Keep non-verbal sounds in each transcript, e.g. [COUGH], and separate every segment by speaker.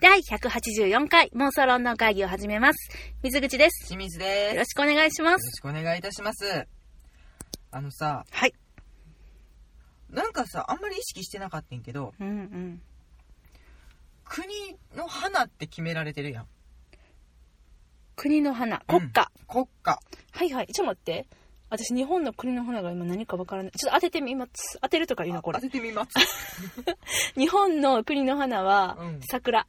Speaker 1: 第184回妄想論の会議を始めます。水口です。
Speaker 2: 清水です。
Speaker 1: よ
Speaker 2: よ
Speaker 1: ろしくお願いしま
Speaker 2: ろ
Speaker 1: す。
Speaker 2: しくお願いいたします。あのさ、
Speaker 1: はい。
Speaker 2: なんかさ、あんまり意識してなかったんやけど、
Speaker 1: うんうん。
Speaker 2: 国の花って決められてるやん。
Speaker 1: 国の花、国家。
Speaker 2: 国家。
Speaker 1: はいはい。ちょっと待って。私、日本の国の花が今何かわからない。ちょっと当ててみます。当てるとか言うのこれ
Speaker 2: 当。ててみます。 [LAUGHS]
Speaker 1: 日本の国の花は
Speaker 2: うん、
Speaker 1: 桜。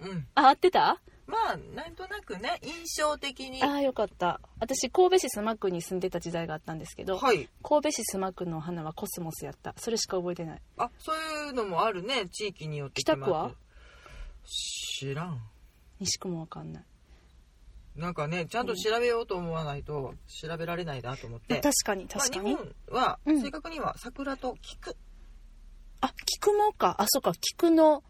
Speaker 2: うん。
Speaker 1: あ、合ってた
Speaker 2: まあ、なんとなくね、印象的に。
Speaker 1: ああ、よかった。私、神戸市須磨区に住んでた時代があったんですけど、
Speaker 2: はい。
Speaker 1: 神戸市須磨区の花はコスモスやった。それしか覚えてない。
Speaker 2: あ、そういうのもあるね、地域によって決ま
Speaker 1: 北
Speaker 2: る。
Speaker 1: 区は
Speaker 2: 知らん。
Speaker 1: 西区もわかんない。
Speaker 2: なんかね、ちゃんと調べようと思わないと、調べられないなと思っ
Speaker 1: まあ
Speaker 2: て。
Speaker 1: 確かに、確かに。
Speaker 2: まあ、日本は、
Speaker 1: うん
Speaker 2: 正確には桜と菊。
Speaker 1: あ、菊もか。あ、そうか、菊の、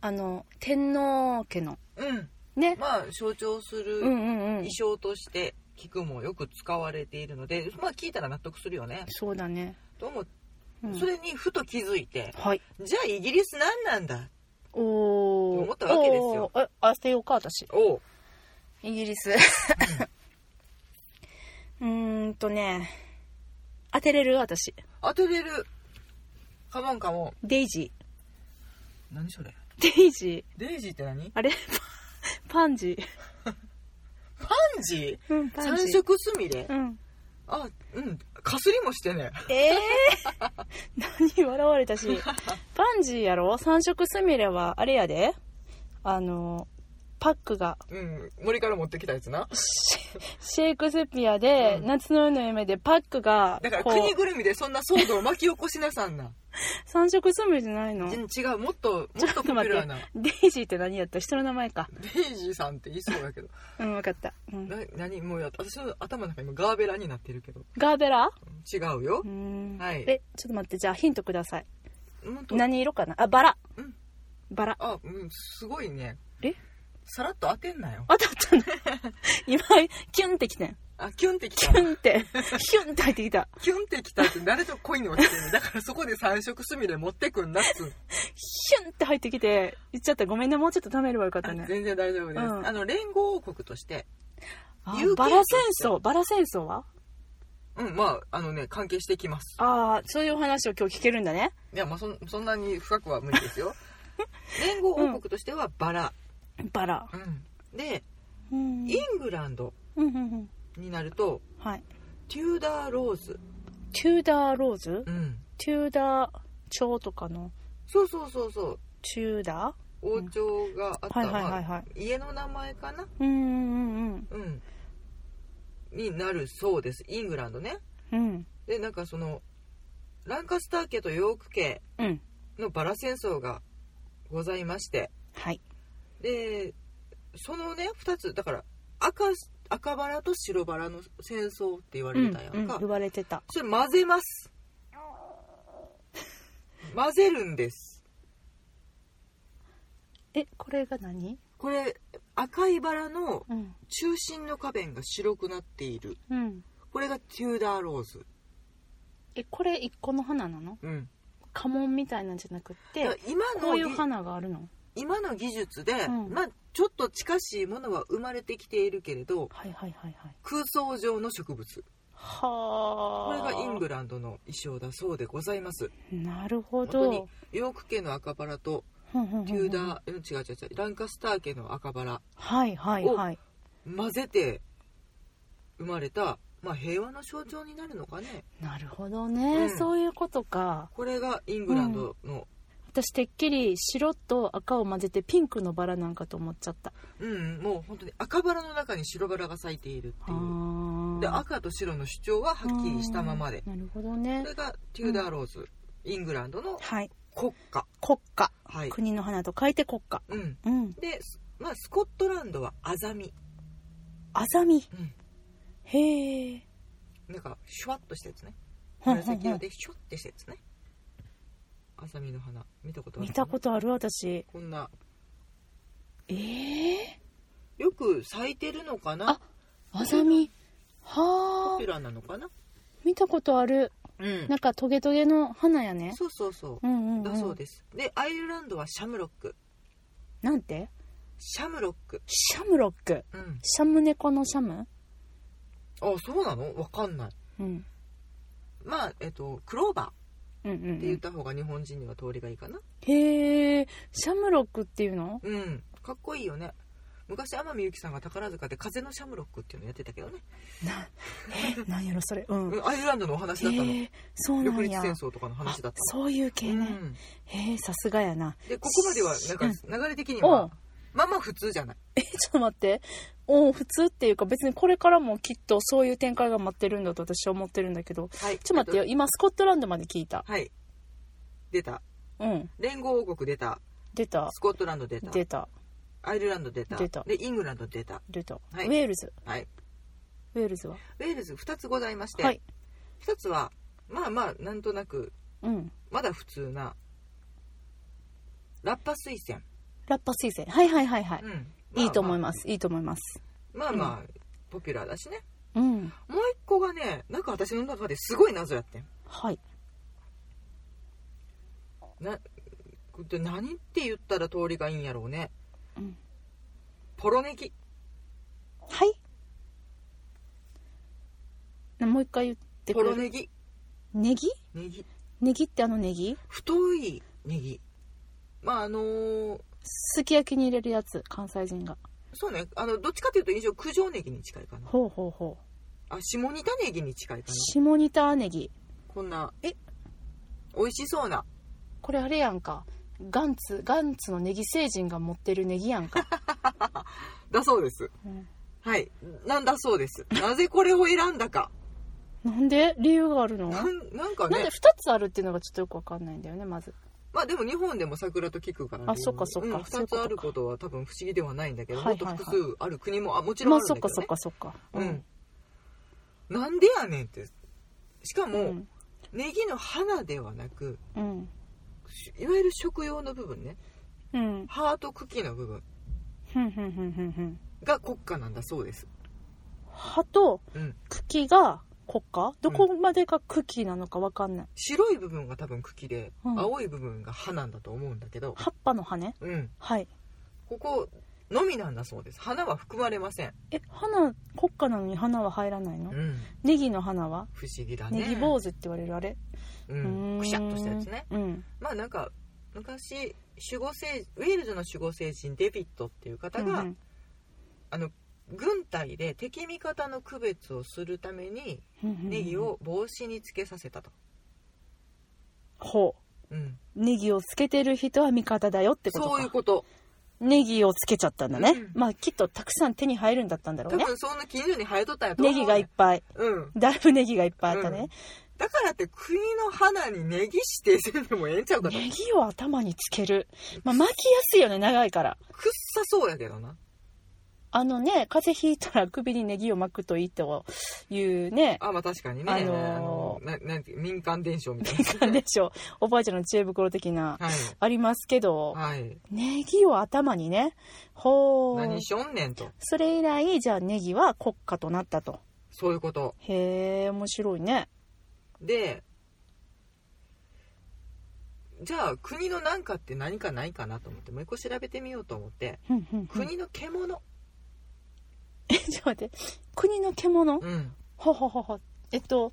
Speaker 1: あの、天皇家の、
Speaker 2: うん。
Speaker 1: ね。
Speaker 2: まあ、象徴する。
Speaker 1: うんうんうん
Speaker 2: 衣。装として菊もよく使われているのでまあ聞いたら納得するよね
Speaker 1: そうだね。
Speaker 2: と思っ
Speaker 1: うん
Speaker 2: それにふと気づいて
Speaker 1: はい。
Speaker 2: じゃあイギリス何なんだ
Speaker 1: おー。
Speaker 2: 思ったわけですよ
Speaker 1: おー。え、当てようか、私。
Speaker 2: おう
Speaker 1: イギリス。うーんとね、当てれる私。
Speaker 2: 当てれるカモンカモ
Speaker 1: デイジ
Speaker 2: ン何それ
Speaker 1: ー。デイジー。
Speaker 2: デイジーって何
Speaker 1: あれ [LAUGHS] パンジー。
Speaker 2: パンジ
Speaker 1: うん、
Speaker 2: ー
Speaker 1: パン
Speaker 2: 三
Speaker 1: ジー。
Speaker 2: 色すみれ
Speaker 1: うん。
Speaker 2: あうんかすりもしてね
Speaker 1: ええ [LAUGHS] 何笑われたし。パンジーやろ三色スミレは、あれやで。あの、パックが、
Speaker 2: うん森から持ってきたやつな
Speaker 1: シシェイクスピアで、
Speaker 2: うん
Speaker 1: 夏の夜の夢でパックが、
Speaker 2: だから
Speaker 1: こう
Speaker 2: 国ぐるみでそんな騒動を巻き起こしなさんな
Speaker 1: 三色スミレじゃないの
Speaker 2: 全違うもっともっとポピュラーな
Speaker 1: デイジーって何やった人の名前か。
Speaker 2: デイジーさんって言いそうだけど
Speaker 1: うん、わかった。うん
Speaker 2: な何もうや私の頭の中今ガーベラになってるけど
Speaker 1: ガーベラ
Speaker 2: 違うよ
Speaker 1: うー、ん。
Speaker 2: はい
Speaker 1: え、ちょっと待って、じゃあヒントください。
Speaker 2: うんと、
Speaker 1: 何色かなあ、バラ。
Speaker 2: うん
Speaker 1: バラ。
Speaker 2: あうんすごいね
Speaker 1: え
Speaker 2: さらっと当てんなよ
Speaker 1: 当たった
Speaker 2: [LAUGHS]
Speaker 1: ね。今、キュンってきてん。
Speaker 2: あキュンってき
Speaker 1: キ
Speaker 2: た
Speaker 1: ュン
Speaker 2: [LAUGHS]
Speaker 1: って、キュンって入ってきた。
Speaker 2: キュンってきたって誰と恋に落ちてるのだからそこで三色すみれ持ってくんなっつう
Speaker 1: ヒュンって入ってきて、言っちゃった。ごめんね、もうちょっと貯めればよかった
Speaker 2: あ
Speaker 1: ね。
Speaker 2: 全然大丈夫です、
Speaker 1: うん
Speaker 2: あの連合王国として
Speaker 1: あ
Speaker 2: 有権者
Speaker 1: バラ戦争、バラ戦争は
Speaker 2: うんまああのね関係してきます
Speaker 1: ああ、そういうお話を今日聞けるんだね。
Speaker 2: いやまあそんそんなに深くは無理で
Speaker 1: [LAUGHS]
Speaker 2: すよ連合王国としてはバラ、
Speaker 1: バラ。
Speaker 2: うん、で
Speaker 1: うん。
Speaker 2: イングランド
Speaker 1: うんうんうん。
Speaker 2: になると
Speaker 1: はい。
Speaker 2: テューダーローズ、
Speaker 1: テューダーローズ
Speaker 2: うん、
Speaker 1: テューダー朝とかの、
Speaker 2: そうそうそうそう
Speaker 1: チューダー
Speaker 2: 王朝があった、
Speaker 1: はいはい
Speaker 2: ま
Speaker 1: は
Speaker 2: あ
Speaker 1: いはい。
Speaker 2: 家の名前かな
Speaker 1: うんうんうん
Speaker 2: うんになるそうですイングランドね
Speaker 1: うん。うん。
Speaker 2: でなんかそのランカスター家とヨーク家
Speaker 1: うん。
Speaker 2: のバラ戦争がございまして
Speaker 1: はい。
Speaker 2: でそのね2つだから赤赤バラと白バラの戦争って言わ
Speaker 1: う
Speaker 2: れ
Speaker 1: ん
Speaker 2: てたやんか、
Speaker 1: うん言われてた。
Speaker 2: それ混ぜます混ぜるんです
Speaker 1: え、これが何
Speaker 2: これ赤いバラの
Speaker 1: うん。
Speaker 2: 中心の花弁が白くなっている
Speaker 1: うん。
Speaker 2: これがテューダーローズ
Speaker 1: え、これ一個の花なの
Speaker 2: うん
Speaker 1: 家紋みたいなんじゃなくっ
Speaker 2: だから
Speaker 1: て、
Speaker 2: 今の
Speaker 1: こういう
Speaker 2: ぎ
Speaker 1: 花があるの
Speaker 2: 今の技術で、
Speaker 1: うん
Speaker 2: まあちょっと近しいものは生まれてきているけれど
Speaker 1: はいはいはいはい。
Speaker 2: 空想上の植物これ
Speaker 1: はあ。
Speaker 2: がイングランドの衣装だそうでございます
Speaker 1: なるほ
Speaker 2: 本当に
Speaker 1: ど。
Speaker 2: ヨーク家の赤バラと
Speaker 1: ふんふん
Speaker 2: テ
Speaker 1: ふんふん
Speaker 2: ューダー、うん、違う違う違うランカスター家の赤バラ
Speaker 1: はいはいはい。
Speaker 2: 混ぜて生まれた、まあ、平和の象徴になるのかね
Speaker 1: なるほどね、
Speaker 2: うん
Speaker 1: そういうことか。
Speaker 2: これがイングランドの、
Speaker 1: 私てっきり白と赤を混ぜてピンクのバラなんかと思っちゃった。
Speaker 2: うんもう本当に赤バラの中に白バラが咲いているっていう
Speaker 1: あ
Speaker 2: で赤と白の主張ははっきりしたままで
Speaker 1: あーなるほどね
Speaker 2: そ。れがテューダーローズ、イングランドの
Speaker 1: はい。
Speaker 2: 国歌
Speaker 1: 国家。
Speaker 2: はい、
Speaker 1: 国の花と書いて国家。
Speaker 2: うん、
Speaker 1: うん。
Speaker 2: で、すまあ、スコットランドはアザミ、
Speaker 1: あざみ。
Speaker 2: うん、
Speaker 1: へえ。
Speaker 2: なんかシュワッとしたやつね
Speaker 1: ほんほんほん
Speaker 2: 紫色でシュワッてしたやつねアザミの花見たことある
Speaker 1: 見たことある私。
Speaker 2: こんな
Speaker 1: ええ
Speaker 2: よく咲いてるのかな
Speaker 1: ああざみ。
Speaker 2: ポ
Speaker 1: は
Speaker 2: ピュ
Speaker 1: あ。
Speaker 2: ラーなのかな
Speaker 1: 見たことある。
Speaker 2: うん
Speaker 1: なんかトゲトゲの花やね。
Speaker 2: そうそうそう
Speaker 1: うんうん、うん。
Speaker 2: だそうですでアイルランドはシャムロック
Speaker 1: なんて
Speaker 2: シャムロック
Speaker 1: シャムロック
Speaker 2: うん
Speaker 1: シャム猫のシャム
Speaker 2: あそうなのわかんない
Speaker 1: うん
Speaker 2: まあえっとクローバ
Speaker 1: うんうんう
Speaker 2: ーって言っ
Speaker 1: ん
Speaker 2: た方が日本人には通りがいいかな
Speaker 1: へえシャムロックっていう
Speaker 2: [LAUGHS]
Speaker 1: の
Speaker 2: うんかっこいいよね昔天海祐希さんが宝塚で「風のシャムロック」っていうのやってたけどね、
Speaker 1: えなんやろそれうん
Speaker 2: うんアイルランドのお話だったの
Speaker 1: へえそうな
Speaker 2: 独
Speaker 1: ん
Speaker 2: 立
Speaker 1: や
Speaker 2: 戦争とかの話だったの
Speaker 1: そういう系
Speaker 2: う
Speaker 1: ね
Speaker 2: ん、
Speaker 1: へえさすがやな
Speaker 2: でここまではなんか流れ的に
Speaker 1: お
Speaker 2: は
Speaker 1: う
Speaker 2: まあまあ普通じゃない
Speaker 1: えちょっと待ってお普通っていうか別にこれからもきっとそういう展開が待ってるんだと私は思ってるんだけど
Speaker 2: はい
Speaker 1: ちょっと待ってよ今スコットランドまで聞いた
Speaker 2: はい出た
Speaker 1: うん
Speaker 2: 連合王国出た
Speaker 1: 出た
Speaker 2: スコットランド出た
Speaker 1: 出た
Speaker 2: アイルランド出た
Speaker 1: 出た
Speaker 2: でイングランド出た、
Speaker 1: 出た、
Speaker 2: はい
Speaker 1: ウェールズ
Speaker 2: はい、
Speaker 1: ウェールズは
Speaker 2: ウェールズ2つございまして、
Speaker 1: はい
Speaker 2: 1つはまあまあなんとなく
Speaker 1: うん
Speaker 2: まだ普通なラッパ推薦、
Speaker 1: ラッパ推薦はいはいはいはい、
Speaker 2: うん
Speaker 1: いいと思い
Speaker 2: ま
Speaker 1: ますいいと思います
Speaker 2: すまあまあ、ポピュラーだしね
Speaker 1: うん
Speaker 2: もう一個がねなんか私の中ですごい謎やってん
Speaker 1: はい
Speaker 2: なこれ何って言ったら通りがいいんやろうね、
Speaker 1: うん
Speaker 2: ポロネキ
Speaker 1: はいなもう一回言って
Speaker 2: ポ
Speaker 1: くれ
Speaker 2: ロ
Speaker 1: る
Speaker 2: ネギ
Speaker 1: ネギ
Speaker 2: ネギ
Speaker 1: ネギってあのネギ
Speaker 2: 太いネギまああのー
Speaker 1: すき焼きに入れるやつ関西人が
Speaker 2: そうねあのどっちかというと印象九条ネギに近いかな
Speaker 1: ほうほうほ
Speaker 2: あ下仁田ネギに近いうかな
Speaker 1: 下仁田ネギ
Speaker 2: こんな
Speaker 1: え
Speaker 2: 美味しそうな
Speaker 1: これあれやんかガンツガンツのネギ星人が持ってるネギやんか、
Speaker 2: だそうです
Speaker 1: うん
Speaker 2: はいなんだそうですなぜこれを選んだか
Speaker 1: なんで理由があるの
Speaker 2: な
Speaker 1: なん
Speaker 2: なんか
Speaker 1: んで
Speaker 2: ね
Speaker 1: 2つあるっていうのがちょっとよくわかんないんだよねまず
Speaker 2: まあでも日本でも桜と菊がある
Speaker 1: あそっかそっか
Speaker 2: うん
Speaker 1: そうい
Speaker 2: 2
Speaker 1: うこと
Speaker 2: つ
Speaker 1: か
Speaker 2: あることは多分不思議ではないんだけど、
Speaker 1: はいはいはい
Speaker 2: もっと複数ある国もあもちろん
Speaker 1: ま
Speaker 2: あ
Speaker 1: あ
Speaker 2: るん
Speaker 1: そ
Speaker 2: だ
Speaker 1: っ
Speaker 2: け
Speaker 1: か
Speaker 2: ど、ね
Speaker 1: そっかそっか
Speaker 2: うん、なんでやねんってしかも、
Speaker 1: うん
Speaker 2: ネギの花ではなく
Speaker 1: うん
Speaker 2: しいわゆる食用の部分ね
Speaker 1: うん
Speaker 2: ハート茎の部分
Speaker 1: ふんふんふんふんふん
Speaker 2: が国家なんだそうです、
Speaker 1: 葉と
Speaker 2: うん、
Speaker 1: 茎が国家どこまでが茎なのかわかんない
Speaker 2: 白い部分が多分茎で、
Speaker 1: うん
Speaker 2: 青い部分が葉なんだと思うんだけど、
Speaker 1: 葉っぱの葉ね
Speaker 2: うん、
Speaker 1: はい
Speaker 2: ここのみなんだそうです花は含まれません、
Speaker 1: え花国家なのに花は入らないの
Speaker 2: うん、
Speaker 1: ネギの花は
Speaker 2: 不思議だね
Speaker 1: ネギ坊主って言われるあれ
Speaker 2: う、
Speaker 1: うんん
Speaker 2: くしゃっとしたやつね
Speaker 1: うん
Speaker 2: まあなんか昔守護聖ウェールズの守護聖人デビットっていう方が、
Speaker 1: うん
Speaker 2: あの軍隊で敵味方の区別をするために
Speaker 1: うんうんうん
Speaker 2: ネギを帽子につけさせたと、
Speaker 1: ほう
Speaker 2: うん、
Speaker 1: ネギをつけてる人は味方だよってことか
Speaker 2: そういうこと
Speaker 1: ネギをつけちゃったんだね、
Speaker 2: うん
Speaker 1: まあきっとたくさん手に入るんだったんだろう
Speaker 2: 多
Speaker 1: ね
Speaker 2: 分そんな近所に生えとったんやと思
Speaker 1: ネ
Speaker 2: う
Speaker 1: ギがいっぱい
Speaker 2: うん、
Speaker 1: だいぶネギがいっぱいあったね、
Speaker 2: だからって国の花にネギ指定せんでもええんちゃうかと、
Speaker 1: ネギを頭につける、まあ、巻きやすいよね長いから
Speaker 2: くっさそうやけどな
Speaker 1: あのね風邪ひいたら首にネギを巻くといいというね [LAUGHS]
Speaker 2: あまあ確かにね、
Speaker 1: あの
Speaker 2: あのななんていう民間伝承みたい
Speaker 1: なんでしょうおばあちゃんの知恵袋的な
Speaker 2: なはい
Speaker 1: ありますけど
Speaker 2: はい
Speaker 1: ネギを頭にねほう
Speaker 2: 何しょんねんと
Speaker 1: それ以来じゃあネギは国家となったと
Speaker 2: そういうこと
Speaker 1: へえ面白いね
Speaker 2: でじゃあ国のなんかって何かないかなと思ってもう一個調べてみようと思って
Speaker 1: ふんふんふん
Speaker 2: 国の獣
Speaker 1: え [LAUGHS] ちょっと待って国の獣
Speaker 2: うん
Speaker 1: ほほほほえっと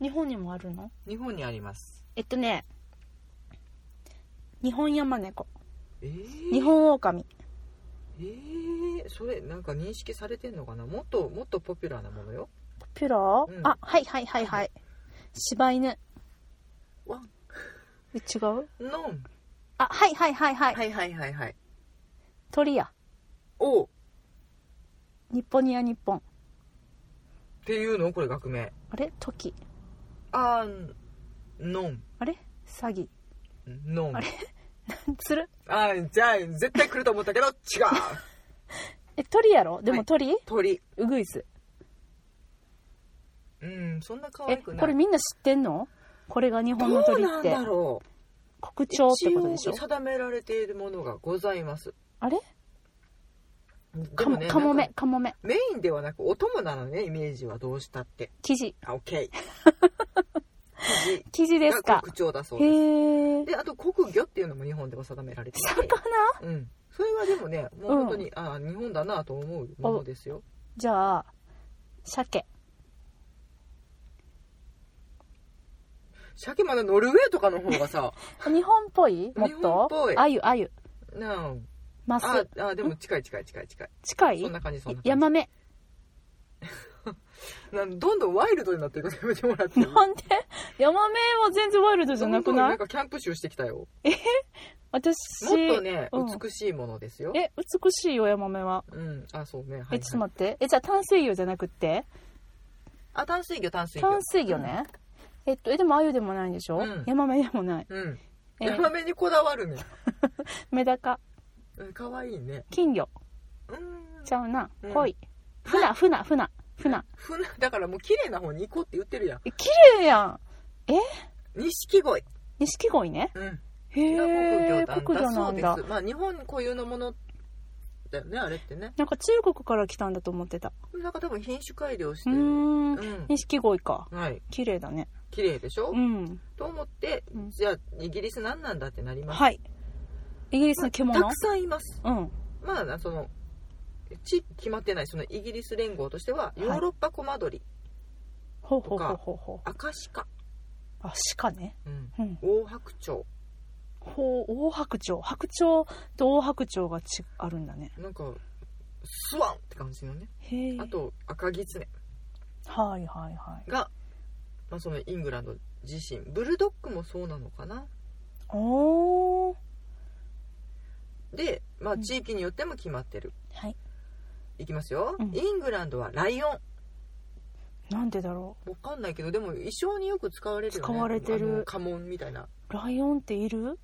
Speaker 1: 日本にもあるの
Speaker 2: 日本にあります
Speaker 1: えっとね日本ヤマネコ
Speaker 2: えー、
Speaker 1: 日本オオカミ
Speaker 2: えー、それなんか認識されてんのかなもっともっとポピュラーなものよ
Speaker 1: ポピュラー、
Speaker 2: うん
Speaker 1: あはいはいはいはい柴犬
Speaker 2: ワン
Speaker 1: え違う
Speaker 2: ノン
Speaker 1: あはいはいはいはい、
Speaker 2: はいはいはいはい
Speaker 1: 鳥や
Speaker 2: おう
Speaker 1: 日本には日本
Speaker 2: っていうのこれ学名
Speaker 1: あれトキ
Speaker 2: あーノン
Speaker 1: あれ詐欺
Speaker 2: ノン
Speaker 1: あれつる
Speaker 2: あーじゃあ絶対来ると思ったけど違う
Speaker 1: え鳥やろで
Speaker 2: は
Speaker 1: も
Speaker 2: い
Speaker 1: 鳥、
Speaker 2: [LAUGHS] 鳥
Speaker 1: ウグイス
Speaker 2: うんそんな可
Speaker 1: え
Speaker 2: 愛くない
Speaker 1: これみんな知ってんのこれが日本の鳥
Speaker 2: どうな
Speaker 1: っ
Speaker 2: ん
Speaker 1: て
Speaker 2: だろう
Speaker 1: 国鳥ってことでしょ
Speaker 2: 一応定められているものがございます
Speaker 1: あれ
Speaker 2: で
Speaker 1: か
Speaker 2: も
Speaker 1: も
Speaker 2: ね
Speaker 1: かも
Speaker 2: な
Speaker 1: め
Speaker 2: んか
Speaker 1: かもめ
Speaker 2: メインではなくお供なのねイメージはどうしたって
Speaker 1: 生地
Speaker 2: あ OK
Speaker 1: 生
Speaker 2: 記
Speaker 1: 地 [LAUGHS] です
Speaker 2: 事が
Speaker 1: か
Speaker 2: 国鳥だそう
Speaker 1: へ
Speaker 2: です
Speaker 1: え
Speaker 2: であと国魚っていうのも日本では定められてい
Speaker 1: 魚
Speaker 2: て、うん、それはでもねもう本当に、ああ日本だなと思うものですよ
Speaker 1: じゃあ鮭
Speaker 2: 鮭まだノルウェーとかの方
Speaker 1: [LAUGHS]
Speaker 2: がさ
Speaker 1: 日本っぽいもっ
Speaker 2: 日本
Speaker 1: と
Speaker 2: っぽい
Speaker 1: あゆあゆ
Speaker 2: なあ
Speaker 1: マス
Speaker 2: ああでも近い近い近い近い
Speaker 1: 近い
Speaker 2: そんな感じそんな
Speaker 1: ヤ
Speaker 2: 感
Speaker 1: マメ
Speaker 2: じなんどんどんワイルドになっていくのやめても
Speaker 1: [LAUGHS]
Speaker 2: らっていい
Speaker 1: なんでヤマメは全然ワイルドじゃなく
Speaker 2: どんどん
Speaker 1: な
Speaker 2: ないんかキャンプ集してきたよ
Speaker 1: 私
Speaker 2: もっとね、
Speaker 1: うん
Speaker 2: 美しいものですよ
Speaker 1: え美しいよヤマメは
Speaker 2: うんあそうねはい、は
Speaker 1: え
Speaker 2: い、
Speaker 1: ちょっと待ってえじゃあ淡水魚じゃなくって
Speaker 2: あ淡水魚淡水魚
Speaker 1: 淡水魚ねえっとえでもあゆでもないんでしょ
Speaker 2: うん
Speaker 1: ヤマメでもない
Speaker 2: うん
Speaker 1: え
Speaker 2: ヤマメにこだわるね
Speaker 1: メダカ
Speaker 2: うん可愛いね
Speaker 1: 金魚
Speaker 2: うん
Speaker 1: ちゃうな
Speaker 2: うん
Speaker 1: 恋船船船船
Speaker 2: 船だからもう綺麗な方に行こうって言ってるやん
Speaker 1: え綺麗やんえ
Speaker 2: 錦鯉
Speaker 1: 錦鯉ね
Speaker 2: うん
Speaker 1: へ
Speaker 2: が
Speaker 1: え
Speaker 2: 国魚なん
Speaker 1: 国
Speaker 2: だ
Speaker 1: 魚
Speaker 2: そ
Speaker 1: な
Speaker 2: うんで
Speaker 1: だ
Speaker 2: すまあ日本固有のものだよねあれってね
Speaker 1: なんか中国から来たんだと思ってた
Speaker 2: なんか多分品種改良し
Speaker 1: う
Speaker 2: てる
Speaker 1: ーん
Speaker 2: うん
Speaker 1: 錦鯉か
Speaker 2: はい
Speaker 1: 綺麗だね
Speaker 2: 綺麗でしょ、
Speaker 1: うん
Speaker 2: と思って
Speaker 1: うん
Speaker 2: じゃあイギリス何なんだってなります、
Speaker 1: はいイギリスの
Speaker 2: た
Speaker 1: 獣
Speaker 2: くさんいます
Speaker 1: うん
Speaker 2: まあその地域決まってないそのイギリス連合としては
Speaker 1: はい
Speaker 2: ヨーロッパコマドリ、
Speaker 1: ほうほうほうほうほ
Speaker 2: アカシカ、
Speaker 1: うあ鹿ね
Speaker 2: うん、
Speaker 1: うん
Speaker 2: オオハクチョ
Speaker 1: ほう大白鳥白鳥と大白鳥がちあるんだね
Speaker 2: ウなんかスワンって感じのね
Speaker 1: へえ
Speaker 2: あと赤ギツネ
Speaker 1: はいはいはい
Speaker 2: が、まあ、そのイングランド自身ブルドッグもそうなのかな
Speaker 1: おー
Speaker 2: で、まあ、
Speaker 1: うん
Speaker 2: 地域によっても決まってる、
Speaker 1: はい
Speaker 2: いきますよ、
Speaker 1: うん
Speaker 2: イングランドはライオン
Speaker 1: なんでだろ
Speaker 2: わかんないけどでも衣装によく使われるよね
Speaker 1: 使われてる
Speaker 2: あの家紋みたいな
Speaker 1: うライオンっている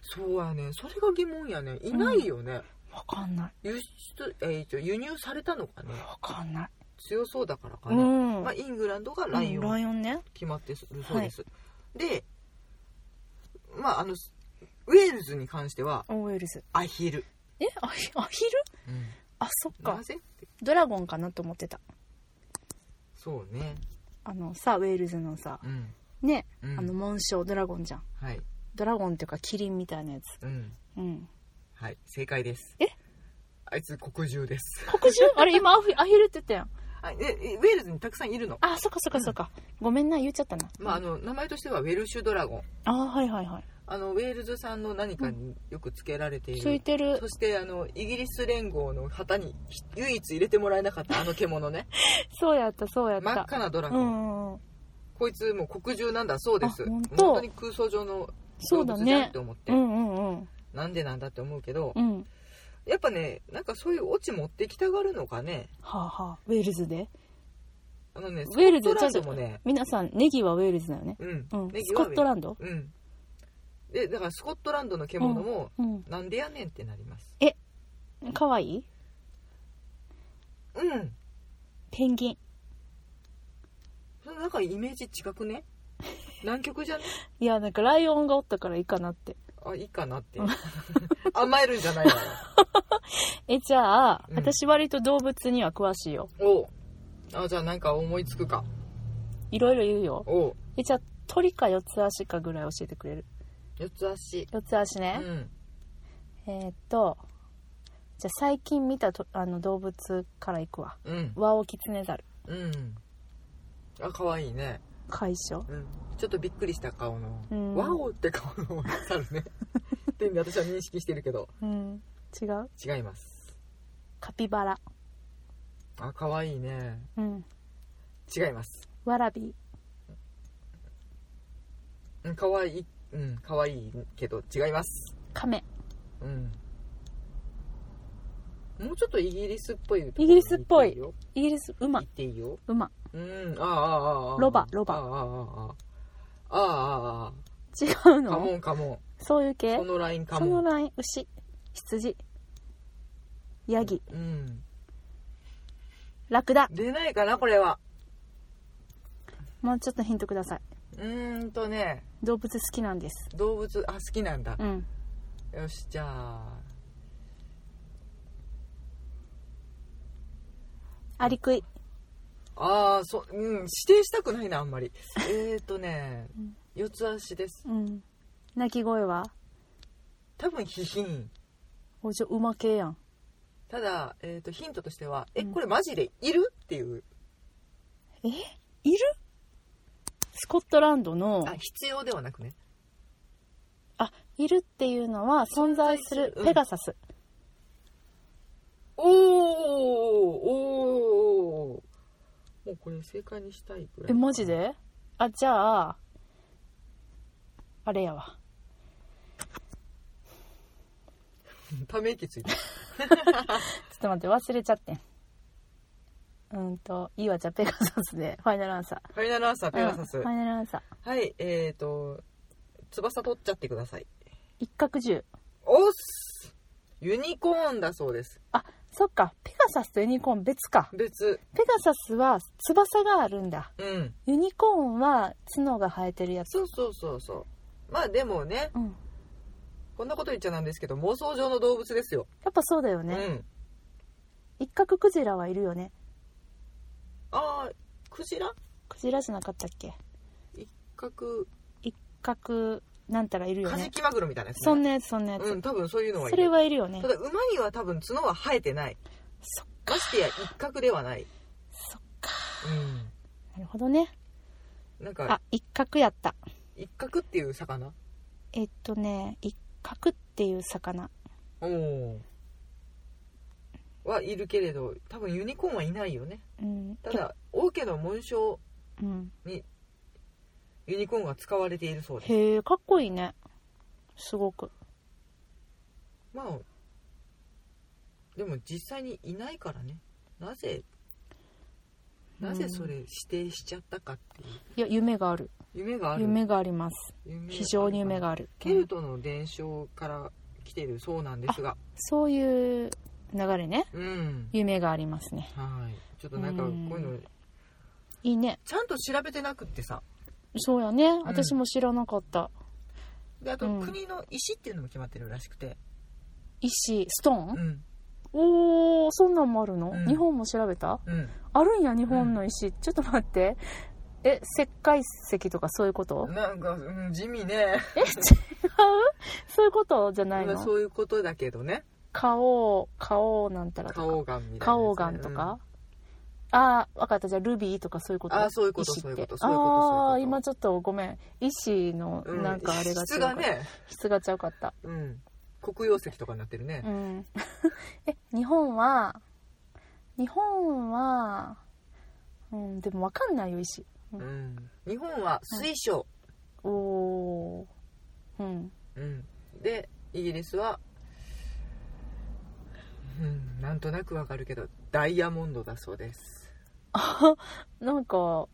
Speaker 2: そうやねそれが疑問やねいないよね、
Speaker 1: わかんない
Speaker 2: 輸出、えー一応輸入されたのかね
Speaker 1: わかんない
Speaker 2: 強そうだからか
Speaker 1: う
Speaker 2: ね、
Speaker 1: ん
Speaker 2: まあ、イングランドがライ
Speaker 1: うん
Speaker 2: オ
Speaker 1: ラ
Speaker 2: ン
Speaker 1: イオンね
Speaker 2: 決まってるそうです、でまああのウェールズに関しては
Speaker 1: オーウェルズ
Speaker 2: アヒル、
Speaker 1: えアヒアヒルあそっか
Speaker 2: なぜって
Speaker 1: ドラゴンかなと思ってた
Speaker 2: そうね
Speaker 1: あのさウェールズのさ
Speaker 2: うん、
Speaker 1: ね、
Speaker 2: うん
Speaker 1: あの紋章ドラゴンじゃん
Speaker 2: はい
Speaker 1: ドラゴンっていうかキリンみたいなやつ
Speaker 2: うん
Speaker 1: うん
Speaker 2: はい正解です
Speaker 1: え
Speaker 2: あいつ黒獣です
Speaker 1: 黒獣 [LAUGHS] あれ今アフィアヒルって言ったやん
Speaker 2: あええウェールズにたくさんいるの
Speaker 1: あそっかそっかそっか、ごめんな言っちゃったな
Speaker 2: まああの名前としてはウェルシュドラゴン
Speaker 1: あーはいはいはい
Speaker 2: あのウェールズ産の何かによく付けられてい
Speaker 1: つ
Speaker 2: る、
Speaker 1: いてる
Speaker 2: そしてあのイギリス連合の旗に唯一入れてもらえなかったあの獣ね
Speaker 1: そうやったそうやった
Speaker 2: 真っ赤なドラ
Speaker 1: う
Speaker 2: ゴン、
Speaker 1: んうんうん
Speaker 2: こいつもう黒獣なんだそうです
Speaker 1: あ本当
Speaker 2: 本当に空想上の
Speaker 1: そう
Speaker 2: 動
Speaker 1: だ
Speaker 2: 物じゃん
Speaker 1: ね
Speaker 2: って思って、
Speaker 1: うんうんうん
Speaker 2: なんでなんだって思うけど、
Speaker 1: うんは
Speaker 2: やっぱねなんかそういうオチ持ってきたがるのかね
Speaker 1: あはあウェールズで
Speaker 2: あのね
Speaker 1: ウェールズ
Speaker 2: スコットランドもね
Speaker 1: 皆さんネギはウェールズだよね
Speaker 2: うん、
Speaker 1: うん
Speaker 2: ネギ
Speaker 1: スコ
Speaker 2: は
Speaker 1: ットランド
Speaker 2: ウェールズうんでだからスコットランドの獣も、
Speaker 1: うん
Speaker 2: なんでやねんってなります
Speaker 1: かわいい
Speaker 2: うん
Speaker 1: ペンギン
Speaker 2: そのなんかイメージ違く
Speaker 1: [LAUGHS]
Speaker 2: ね南極じゃね
Speaker 1: いやなんかライオンがおったからいいかなって
Speaker 2: あいいかなって
Speaker 1: うん
Speaker 2: [LAUGHS] 甘えるんじゃないわ
Speaker 1: えじゃあ、
Speaker 2: うん
Speaker 1: 私割と動物には詳しいよ
Speaker 2: おうあじゃあなんか思いつくか
Speaker 1: いろいろ言うよ
Speaker 2: おう
Speaker 1: えじゃあ鳥か四つ足かぐらい教えてくれる
Speaker 2: 四つ足
Speaker 1: 四つ足
Speaker 2: う
Speaker 1: ね、
Speaker 2: ん
Speaker 1: えーっとじゃあ最近見たとあの動物からいくわ
Speaker 2: うん
Speaker 1: ワオキツネザル
Speaker 2: うんあ可愛いね、
Speaker 1: 解消
Speaker 2: うん、ちょっとびっくりした顔の、
Speaker 1: うん
Speaker 2: ワオって顔の猿
Speaker 1: [LAUGHS]
Speaker 2: ねって私は認識してるけど
Speaker 1: うん違う
Speaker 2: 違います
Speaker 1: カピバラ
Speaker 2: あ可愛いね
Speaker 1: うん
Speaker 2: 違います
Speaker 1: ワラビ
Speaker 2: うん可愛いうん可愛いけど違います
Speaker 1: カメ
Speaker 2: うんもうちょっとイギリスっぽい
Speaker 1: イギリスっぽい
Speaker 2: 言
Speaker 1: イギリス馬
Speaker 2: っていいよ
Speaker 1: 馬
Speaker 2: うん、ああ、ああ、ああ。
Speaker 1: ロバロバ
Speaker 2: ああ、ああ、ああ。ああ、あ
Speaker 1: 違う
Speaker 2: あ。カモ
Speaker 1: の
Speaker 2: ン、カモン。
Speaker 1: そういう系
Speaker 2: このライン、カ
Speaker 1: その
Speaker 2: モン。
Speaker 1: ライン牛羊ヤギ
Speaker 2: うん。
Speaker 1: ラクダ
Speaker 2: 出ないかな、これは。
Speaker 1: もうちょっとヒントくださいう
Speaker 2: ーんとね、
Speaker 1: 動物好きなんです
Speaker 2: 動物、あ、好きなんだ
Speaker 1: う。ん
Speaker 2: よし、じゃあ、
Speaker 1: アリクイ
Speaker 2: ああそうん指定したくないなあん [LAUGHS] まりえっとね
Speaker 1: うん
Speaker 2: 四つ足です
Speaker 1: うん鳴き声は
Speaker 2: 多分ヒヒン
Speaker 1: おじゃ馬系やん
Speaker 2: ただ、えー、とヒントとしては「え
Speaker 1: うん
Speaker 2: これマジでいる?」っていう
Speaker 1: えいるスコットランドの
Speaker 2: あ必要ではなくね
Speaker 1: あいるっていうのは存在す
Speaker 2: 存在す
Speaker 1: る
Speaker 2: るうん
Speaker 1: ペガサス、
Speaker 2: おーおーもうこれ正解にしたいくらい
Speaker 1: えマジ
Speaker 2: で
Speaker 1: であじゃああれやわ
Speaker 2: ため息ついて
Speaker 1: ちょっと待って忘れちゃってんうんといいわじゃあペガサスで [LAUGHS] ファイナルアンサー
Speaker 2: ファイナルアンサーペガサス、
Speaker 1: うんファイナルアンサー
Speaker 2: はいえっ、ー、と翼取っちゃってください
Speaker 1: 一角獣
Speaker 2: おっすユニコーンだそうです
Speaker 1: あそっかペガサスとユニコーン別か
Speaker 2: 別
Speaker 1: ペガサスは翼があるんだ
Speaker 2: うん
Speaker 1: ユニコーンは角が生えてるやつ
Speaker 2: そうそうそうそうまあでもね
Speaker 1: うん
Speaker 2: こんなこと言っちゃなんですけど妄想上の動物ですよ、
Speaker 1: やっぱそうだよ
Speaker 2: う
Speaker 1: ね、
Speaker 2: ん
Speaker 1: 一角クジラはいるよね
Speaker 2: ああクジラ
Speaker 1: クジラじゃなかったっけ
Speaker 2: 一角
Speaker 1: 一角なんたらいるよ
Speaker 2: カジ
Speaker 1: ね
Speaker 2: キマグロみたいなやつね
Speaker 1: そんなやつそんなやつ、
Speaker 2: うん多分そういうのはい
Speaker 1: そ
Speaker 2: る
Speaker 1: れはいるよね
Speaker 2: ただ馬には多分角は生えてない
Speaker 1: そっ
Speaker 2: ましてや一角ではない
Speaker 1: そっか
Speaker 2: うん
Speaker 1: なるほどね
Speaker 2: なん
Speaker 1: あ
Speaker 2: か
Speaker 1: 一角やった
Speaker 2: 一角っていう魚
Speaker 1: えっとね一角っていう魚
Speaker 2: おおはいるけれど多分ユニコーンはいないよね
Speaker 1: うん
Speaker 2: ただ王家の紋章
Speaker 1: うん
Speaker 2: ユニコーンが使われているそうです
Speaker 1: へえかっこいいねすごく
Speaker 2: まあでも実際にいないからねなぜなぜそれ指定しちゃったかっていう
Speaker 1: いや夢がある
Speaker 2: 夢がある
Speaker 1: 夢があります
Speaker 2: 夢
Speaker 1: 非常に夢がある、
Speaker 2: ケルトの伝承から来ているそうなんですが
Speaker 1: そういう流れね
Speaker 2: うん
Speaker 1: 夢がありますね
Speaker 2: はいちょっとなんかこういうの
Speaker 1: いいね
Speaker 2: ちゃんと調べてなくってさ
Speaker 1: そうやね私も知らなかった、
Speaker 2: であと
Speaker 1: うん
Speaker 2: 国の石っていうのも決まってるらしくて
Speaker 1: 石ストーン、
Speaker 2: うん
Speaker 1: おーそんなんもあるの、
Speaker 2: うん
Speaker 1: 日本も調べた
Speaker 2: うん
Speaker 1: あるんや日本の石、ちょっと待ってえ石灰石とかそういうこと
Speaker 2: なんか、うん、地味ね
Speaker 1: え違う [LAUGHS] そういうことじゃないの
Speaker 2: そういうことだけどね
Speaker 1: 花王花王なんたらとか
Speaker 2: 花王岩みたいなやつね
Speaker 1: 花王岩とか、ああ分かったじゃあルビーとかそういうこと
Speaker 2: あーそういうこと
Speaker 1: 石って
Speaker 2: そういうことそういうこと
Speaker 1: あ
Speaker 2: そう
Speaker 1: あ
Speaker 2: いうこと
Speaker 1: 今ちょっとごめん石の
Speaker 2: うん
Speaker 1: なんかあれが違
Speaker 2: 質
Speaker 1: うか
Speaker 2: が
Speaker 1: った、
Speaker 2: ね
Speaker 1: 質がちゃうかった
Speaker 2: うん黒曜石とかになってるね
Speaker 1: うん [LAUGHS] え日本は日本はうんでも分かんないよ石
Speaker 2: うん日本は水晶
Speaker 1: おおうん
Speaker 2: うんでイギリスはうんなんとなくわかるけどダイヤモンドだそうです
Speaker 1: なんか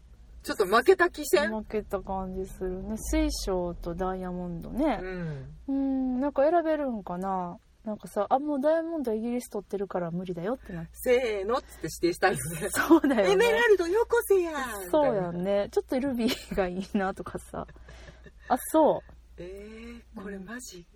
Speaker 2: ちょっと負けた気戦
Speaker 1: 負けた感じするね水晶とダイヤモンドね
Speaker 2: うん
Speaker 1: うんなんか選べるんかななんかさあもうダイヤモンドイギリス取ってるから無理だよって
Speaker 2: [LAUGHS]
Speaker 1: なって
Speaker 2: せーのっつって指定したいですね
Speaker 1: そうだ
Speaker 2: エ
Speaker 1: よ
Speaker 2: メ
Speaker 1: ね
Speaker 2: ラルドよこせや
Speaker 1: そうや
Speaker 2: みたいなん
Speaker 1: ねちょっとルビーがいいなとかさあそう
Speaker 2: えー、これマジ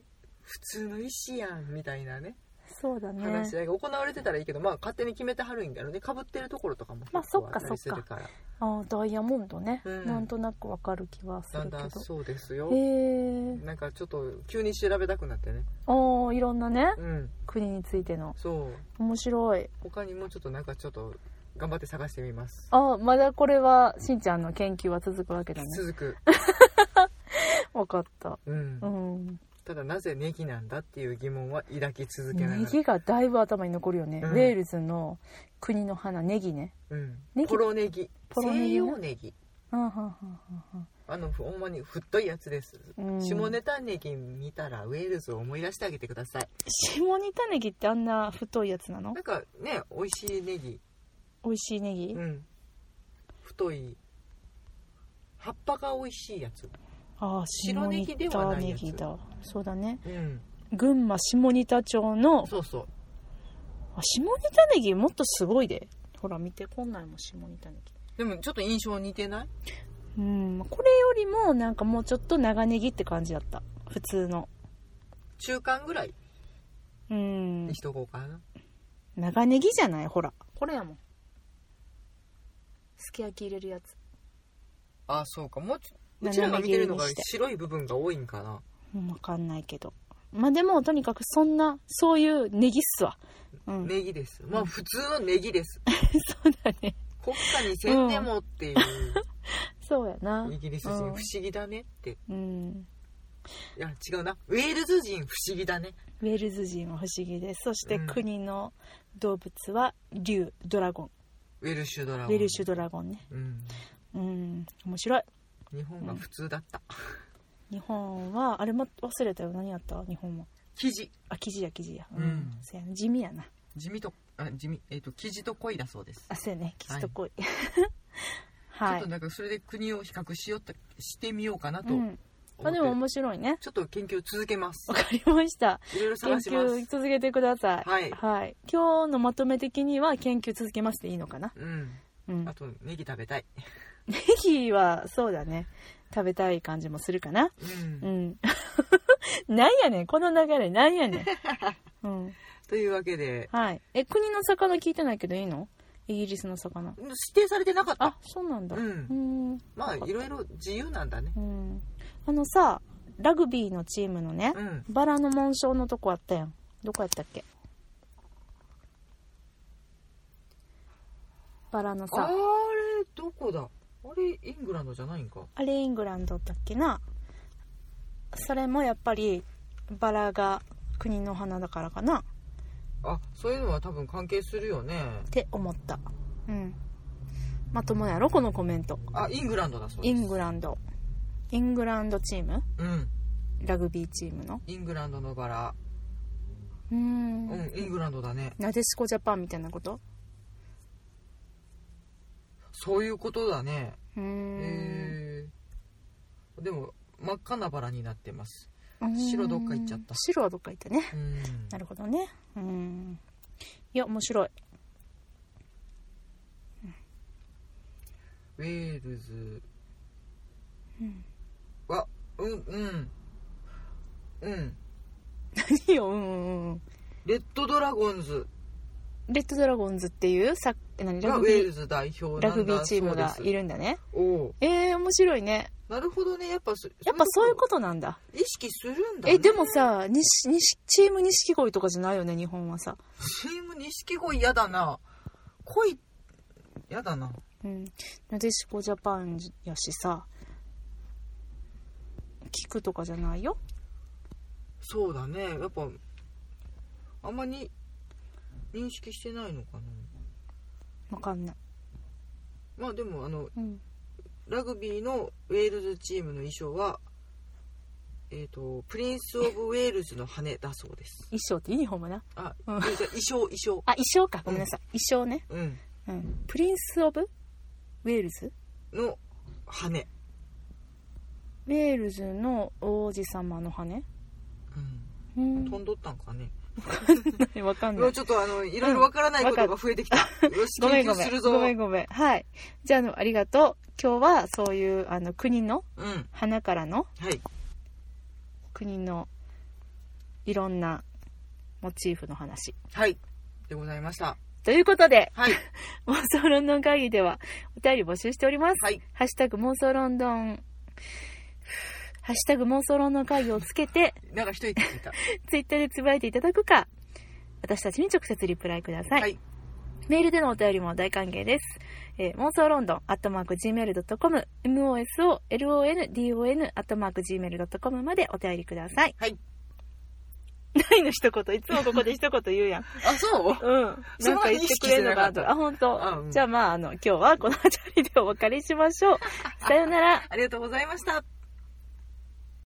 Speaker 2: 普通の石やんみたいなね
Speaker 1: そうだね
Speaker 2: 話し合いが行われてたらいいけどまあ勝手に決めてはるんだろうねかぶってるところとかも
Speaker 1: まあ
Speaker 2: 結構あった
Speaker 1: そっか
Speaker 2: りするから、
Speaker 1: あーダイヤモンドね、
Speaker 2: うん
Speaker 1: なんとなくわかる気はす
Speaker 2: だ
Speaker 1: る
Speaker 2: ん
Speaker 1: けど
Speaker 2: だんそうですよ
Speaker 1: へえ
Speaker 2: なんかちょっと急に調べたくなってね
Speaker 1: おーいろんなね
Speaker 2: うん
Speaker 1: 国についての
Speaker 2: そう
Speaker 1: 面白い
Speaker 2: 他にもちょっとなんかちょっと頑張って探してみます
Speaker 1: あまだこれはしんちゃんの研究は続くわけだね
Speaker 2: 続く、
Speaker 1: わかった
Speaker 2: うん
Speaker 1: うん
Speaker 2: ただなぜネギなんだっていう疑問は抱き続けな
Speaker 1: ネ
Speaker 2: がら
Speaker 1: ギがだいぶ頭に残るよね、
Speaker 2: うん
Speaker 1: ウェールズの国の花ネギね
Speaker 2: うん
Speaker 1: ネギ
Speaker 2: ポロネギ
Speaker 1: ポロネギね
Speaker 2: 西洋ネギ
Speaker 1: うんうんうんうん
Speaker 2: あのほんまに太いやつです、
Speaker 1: うん
Speaker 2: 下ネタネギ見たらウェールズを思い出してあげてください
Speaker 1: 下仁田ネギってあんな太いやつなの
Speaker 2: なんかね美味しいネギ
Speaker 1: 美味しいネギ、
Speaker 2: うん太い葉っぱが美味しいやつ
Speaker 1: ああ
Speaker 2: 白
Speaker 1: 下
Speaker 2: ネギで
Speaker 1: 仁
Speaker 2: は
Speaker 1: 田
Speaker 2: ない
Speaker 1: ネ
Speaker 2: やつ
Speaker 1: ギだそうだね
Speaker 2: うん
Speaker 1: 群馬下仁田町の
Speaker 2: そうそう
Speaker 1: あ下仁田ネギもっとすごいでほら見てこんなんも下仁田ネギ
Speaker 2: でもちょっと印象似てない
Speaker 1: うんこれよりもなんかもうちょっと長ネギって感じだった普通の
Speaker 2: 中間ぐらい
Speaker 1: うん
Speaker 2: にしとこうかな、
Speaker 1: 長ネギじゃないほらこれやもんすき焼き入れるやつ
Speaker 2: あそうかもうちうちらが見てるのが白い部分が多いんかな
Speaker 1: うんわかんないけどまあでもとにかくそんなそういうネギっすわうん、
Speaker 2: ネギですまあ普通のネギです
Speaker 1: [LAUGHS] そうだね
Speaker 2: 国家にせんでもっていう
Speaker 1: そうやな
Speaker 2: イギリス人不思議だねってい
Speaker 1: うん
Speaker 2: や違うなウェールズ人不思議だね
Speaker 1: ウェールズ人は不思議ですそして
Speaker 2: うん
Speaker 1: 国の動物は竜ドラゴン
Speaker 2: ウェルシュドラ
Speaker 1: ウ
Speaker 2: ゴン
Speaker 1: ェルシュドラゴンね
Speaker 2: うん
Speaker 1: うん面白い
Speaker 2: 日本が普通だった
Speaker 1: 日本はあれも忘れたよ何やった日本は
Speaker 2: 生地
Speaker 1: あ生地や生地やうん、
Speaker 2: うん
Speaker 1: そうやな地味やな
Speaker 2: 地味とあ地味えっ、と生地と恋だそうです
Speaker 1: あそうやね生地と濃いは [LAUGHS]
Speaker 2: ちょっとなんかそれで国を比較しよったしてみようかなと
Speaker 1: う
Speaker 2: 思っ
Speaker 1: ん、
Speaker 2: て
Speaker 1: あでも面白いね
Speaker 2: ちょっと研究続けます
Speaker 1: わかりました
Speaker 2: いろいろ
Speaker 1: 研
Speaker 2: 探しま
Speaker 1: 究
Speaker 2: す
Speaker 1: 続けてください
Speaker 2: はい
Speaker 1: 今日のまとめ的には研究続けますでいいのかな
Speaker 2: うん
Speaker 1: うん
Speaker 2: あとネギ食べたい
Speaker 1: ネギはそうだね食べたい感じもするかな
Speaker 2: うん
Speaker 1: うん [LAUGHS] なんやねんこの流れなんやね
Speaker 2: [LAUGHS]
Speaker 1: ん、うん、
Speaker 2: というわけで
Speaker 1: はいえ国の魚聞いてないけどいいのイギリスの魚
Speaker 2: 指定されてなかった
Speaker 1: あそうなんだ
Speaker 2: う
Speaker 1: うんん
Speaker 2: まあいろいろ自由なんだね
Speaker 1: うんあのさラグビーのチームのね
Speaker 2: うん
Speaker 1: バラの紋章のとこあったやんどこやったっけバラの
Speaker 2: あ
Speaker 1: さ
Speaker 2: れどこだあれイングランドじゃないんか
Speaker 1: あれイングランドだっけなそれもやっぱりバラが国の花だからかなっ
Speaker 2: あそういうのは多分関係するよね
Speaker 1: て思ったうんまともやろこのコメント
Speaker 2: あイングランドだそう
Speaker 1: イ
Speaker 2: です
Speaker 1: ングランドイングランドチーム
Speaker 2: うん
Speaker 1: ラグビーチームの
Speaker 2: イングランドのバラ
Speaker 1: うー
Speaker 2: うんんイングランドだね
Speaker 1: なでしこジャパンみたいなこと
Speaker 2: そういうことだね
Speaker 1: うーん
Speaker 2: へえでも真っ赤なバラになってます
Speaker 1: うーん
Speaker 2: 白どっか行っちゃった
Speaker 1: 白はどっか行ったね
Speaker 2: うん
Speaker 1: なるほどね。うん。いや、面白い。
Speaker 2: ウェールズはうんうんうん
Speaker 1: 何 [LAUGHS] よ、うんうんうん。
Speaker 2: レッドドラゴンズ
Speaker 1: レッドドラゴンズっていう、さえ何
Speaker 2: が
Speaker 1: ラ
Speaker 2: ウ
Speaker 1: グ
Speaker 2: ェー
Speaker 1: ビ
Speaker 2: ル
Speaker 1: ー、
Speaker 2: ズ代表
Speaker 1: ラ
Speaker 2: な
Speaker 1: グ
Speaker 2: んだそうです
Speaker 1: ビーチームがいるんだね。
Speaker 2: おお
Speaker 1: えー、面白いね。
Speaker 2: なるほどねやっぱそ
Speaker 1: やっぱそういうこととなんだ。
Speaker 2: 意識するんだ、ね、
Speaker 1: え、でもさ、にしにしチーム錦鯉とかじゃないよね、日本はさ。
Speaker 2: チーム錦鯉嫌だな恋嫌だな
Speaker 1: うん。なでしこジャパンやしさ、聞くとかじゃないよ。
Speaker 2: そうだねやっぱあんまり認識してないのかな
Speaker 1: わかんない。
Speaker 2: まあでもあの
Speaker 1: うん。
Speaker 2: ラグビーのウェールズチームの衣装は、えー、とプリンス・オブ・ウェールズの羽だそうです
Speaker 1: 衣装ってユニフォームな。
Speaker 2: あ、
Speaker 1: うん
Speaker 2: えじゃあ衣装衣装
Speaker 1: あ、衣装か。ごめんなさい。衣装ね。
Speaker 2: うん
Speaker 1: うん。プリンス・オブ・ウェールズ
Speaker 2: の羽、
Speaker 1: ウェールズの王子様の羽う
Speaker 2: う
Speaker 1: ん
Speaker 2: ん、飛んどったんかね
Speaker 1: わかん
Speaker 2: う
Speaker 1: な
Speaker 2: わ
Speaker 1: い
Speaker 2: ちょっとあのいろいろわからないことが増えてきた、よし
Speaker 1: [LAUGHS] ごめ
Speaker 2: 研
Speaker 1: んご
Speaker 2: 究
Speaker 1: め
Speaker 2: す
Speaker 1: ん
Speaker 2: るぞ
Speaker 1: ごめんごめんはいじゃああのありがとう今日はそういうあの国の
Speaker 2: うん
Speaker 1: 花からの
Speaker 2: はい
Speaker 1: 国のいろんなモチーフの話
Speaker 2: はいでございました
Speaker 1: ということで
Speaker 2: はい
Speaker 1: 妄想ロンドン会議ではお便り募集しております、
Speaker 2: はい
Speaker 1: ハッシュタグ妄想ロンドンハッシュタグ妄想ロンドン会議をつけて
Speaker 2: なんか一
Speaker 1: [LAUGHS]
Speaker 2: 息ついた
Speaker 1: ツイッターでつぶやいていただくか私たちに直接リプライください
Speaker 2: はい
Speaker 1: メールでのお便りも大歓迎です。えー、妄想ロンドン、アットマーク Gmail.com、MOSO、LONDON、アットマーク Gmail.com までお便りください。
Speaker 2: はい。
Speaker 1: ないの一言、いつもここで一言言うやん。
Speaker 2: あ [LAUGHS] そう
Speaker 1: うん。な
Speaker 2: そ
Speaker 1: んん
Speaker 2: な
Speaker 1: か
Speaker 2: に
Speaker 1: 言
Speaker 2: 意
Speaker 1: って
Speaker 2: 識
Speaker 1: く
Speaker 2: し
Speaker 1: れ
Speaker 2: て
Speaker 1: るの
Speaker 2: な
Speaker 1: か
Speaker 2: かっ
Speaker 1: なと。
Speaker 2: た
Speaker 1: あ、本当。
Speaker 2: あうん
Speaker 1: じゃあまあ、あの、今日はこの辺りでお別れしましょう。さよなら。
Speaker 2: [LAUGHS] ありがとうございました